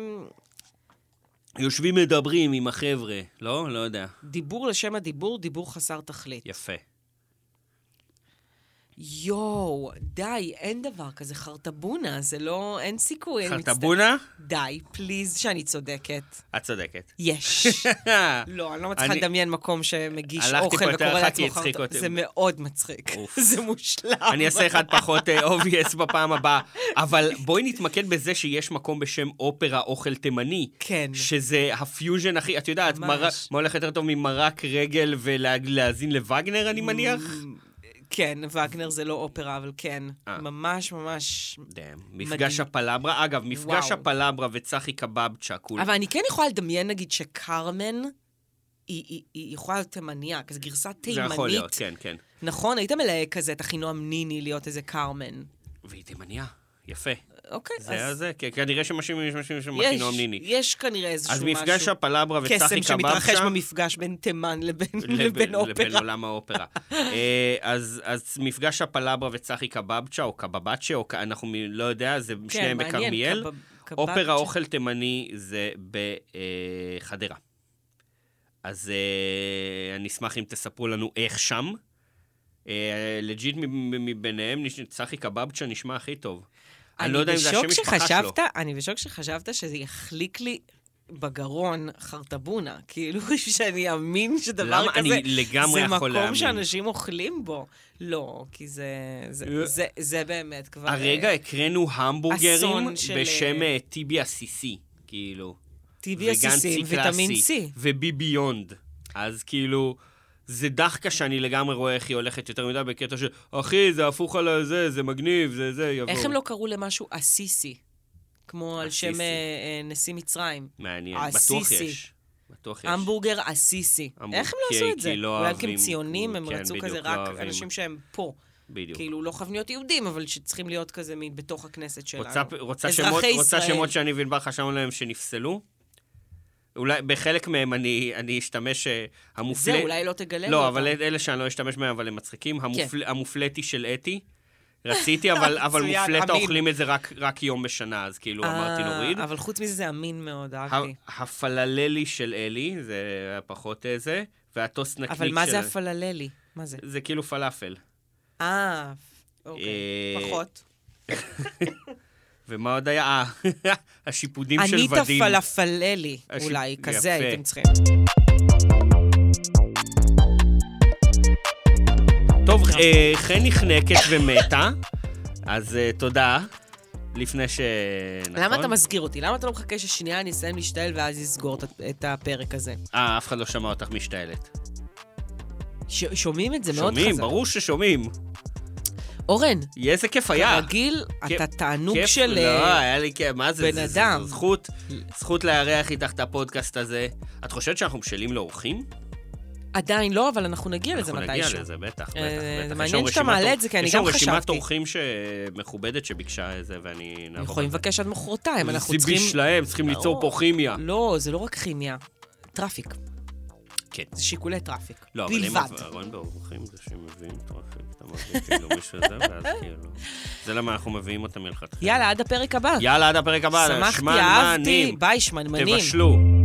יושבים מדברים עם החבר'ה, לא? לא יודע.
דיבור לשם הדיבור, דיבור חסר תכלית.
יפה.
יואו, די, אין דבר כזה חרטבונה, זה לא, אין סיכוי. אני מצטערת.
חרטבונה?
די, פליז, שאני צודקת.
את צודקת. [LAUGHS]
יש. לא, אני לא מצליחה
אני-
לדמיין מקום שמגיש
הלכתי
אוכל
פה יותר
וקורא
אחת כי
לעצמו
הצחיק
חרטבונה.
אותי.
זה מאוד מצחיק.
אוף.
[LAUGHS] זה מושלם.
אני אעשה אחד פחות אובייס בפעם הבאה, אבל בואי נתמקד בזה שיש מקום בשם אופרה אוכל תימני.
כן.
שזה הפיוז'ן הכי, את יודעת,
ממש.
מרק- מה הולך יותר טוב ממרק רגל ולהאזין לווגנר, אני מניח?
כן, וגנר זה לא אופרה, אבל כן.
אה.
ממש ממש...
דאם, מפגש הפלברה, אגב, מפגש
וואו.
הפלברה וצחי קבבצ'ה, כול.
אבל אני כן יכולה לדמיין, נגיד, שקרמן, היא- היא היא יכולה להיות תימניה, כזה גרסה
זה יכול להיות,
תימנית.
כן, כן.
נכון, היית מלהק כזה את אחינועם ניני להיות איזה קרמן.
והיא תימניה, יפה.
אוקיי, אז...
זה היה זה, כן, כנראה שמשהו משהו שם
יש-
אחינועם ניני.
יש כנראה איזשהו
אז
משהו.
מפגש הפלברה וצחי קבבצ'ה...
קסם שמתרחש במפגש בין תימן לבין לבין
לבין
אופרה.
עולם האופרה. אה, אז אז מפגש הפלברה וצחי קבבצ'ה, או קבבצ'ה, או כ- אנחנו מ- לא יודע, זה שניהם
כן, מעניין,
בכרמיאל.
קבב- קבב-
אופרה אוכל תימני זה בחדרה. אז אה, אני אשמח אם תספרו לנו איך שם. אה, לג'יט מ- מ- מביניהם, נש- צחי קבבצ'ה נשמע הכי טוב. אני לא יודע אם זה השם
בשוק
משפחה שלו.
שחשבת- אני בשוק שחשבת שזה יחליק לי בגרון חרטבונה. [LAUGHS] כאילו, שאני אאמין שדבר
למה?
כזה...
אני לגמרי יכול
זה מקום
להאמין.
שאנשים אוכלים בו. לא, כי זה... זה-
אה.
זה- זה באמת כבר... אה,
הרגע הקראנו המבורגרים
אסון של-
בשם אה, טיבי עסיסי, כאילו.
טיבי עסיסים, ויטמין C.
וביביונד. אז כאילו, זה דחקה שאני לגמרי רואה איך היא הולכת יותר מדי בקטע של, אחי, זה הפוך על הזה, זה מגניב, זה זה, יבואו.
איך הם לא קראו למשהו עסיסי? כמו על שם
עסיסי.
אה, אה, נשיא מצרים.
מעניין, בטוח
עסיסי.
יש. בטוח יש.
המבורגר עסיסי.
המבורג-
איך הם
כי-
לא עשו את
כי
זה?
לא
אולי כי הם
אוהבים-
ציונים, הם
כן,
רצו
בדיוק,
כזה
לא
רק
אוהבים.
אנשים שהם פה.
בדיוק.
כאילו, לא חייבים להיות יהודים, אבל שצריכים להיות כזה מין בתוך הכנסת שלנו.
רוצה, רוצה,
אזרחי
שמות, רוצה
ישראל.
שמות שאני וענבר חשבנו להם שנפסלו? אולי בחלק מהם אני, אני אשתמש אה, המופלט...
זהו, אולי לא תגלה
לא,
אותם.
אבל אל- אלה שאני לא אשתמש בהם, אבל הם
כן.
מצחיקים. המופל... המופלטי של אתי. רציתי,
[LAUGHS]
אבל, אבל
מצוין,
מופלטה
אמין.
אוכלים את זה רק, רק יום בשנה, אז כאילו אמרתי
אה,
נוריד.
אבל חוץ מזה זה אמין מאוד, אהבתי.
ה- הפלללי של אלי, זה היה פחות אה, זה, והטוס נקניק של...
אבל מה זה הפלללי? מה זה?
זה כאילו פלאפל.
אה, אוקיי,
אה,
פחות.
ומה עוד היה? אה, [LAUGHS] השיפודים של ודים.
ענית פלאפללי,
הש-
אולי,
יפה.
כזה הייתם צריכים.
טוב, אה, חן נחנקת ומתה, אז אה, תודה. לפני ש...
למה
נכון?
אתה מסגיר אותי? למה אתה לא מחכה ששנייה אני אסיים להשתעל ואז אסגור את ה- את הפרק הזה?
אה, אף אחד לא שמע אותך משתעלת.
ש- שומעים את זה מאוד חזק.
שומעים, ברור ששומעים.
אורן,
איזה כיף היה.
כרגיל,
אה, כיף-
אתה תענוג
כיף,
של...
לא,
אה,
היה לי כיף, מה זה?
בן
זה- זה-
אדם.
זה זכות, זכות לארח איתך את הפודקאסט הזה. את חושבת שאנחנו משלים לאורחים?
עדיין לא, אבל אנחנו נגיע לזה
אנחנו נגיע
אה, מתישהו.
לזה, בטח, בטח,
אה, זה
בטח. יש
מעניין
שם
שאתה
רשימת
מעלה
אור-
את זה, כי אני
יש שם
גם
רשימת
חשבתי.
אורחים ש- מכובדת שביקשה את זה, ואני
אנחנו
נעבור.
יכולים לבקש עד מחרתיים, אנחנו
זה
צריכים... לא.
ביש להם, צריכים ליצור פה
ברור.
כימיה.
לא, זה לא רק כימיה, טראפיק.
כן.
זה שיקולי טראפיק.
לא, אבל הם
בלבד.
אהרון ברוכין זה שמביאים טראפיק, אתה מבין כאילו מישהו זה,
[LAUGHS]
ואז כאילו... זה למה אנחנו מביאים אותם מלכתחילה.
יאללה, עד הפרק הבא.
יאללה, עד הפרק הבא.
שמחתי,
שמנמנים.
אהבתי. ביי, שמנמנים.
תבשלו.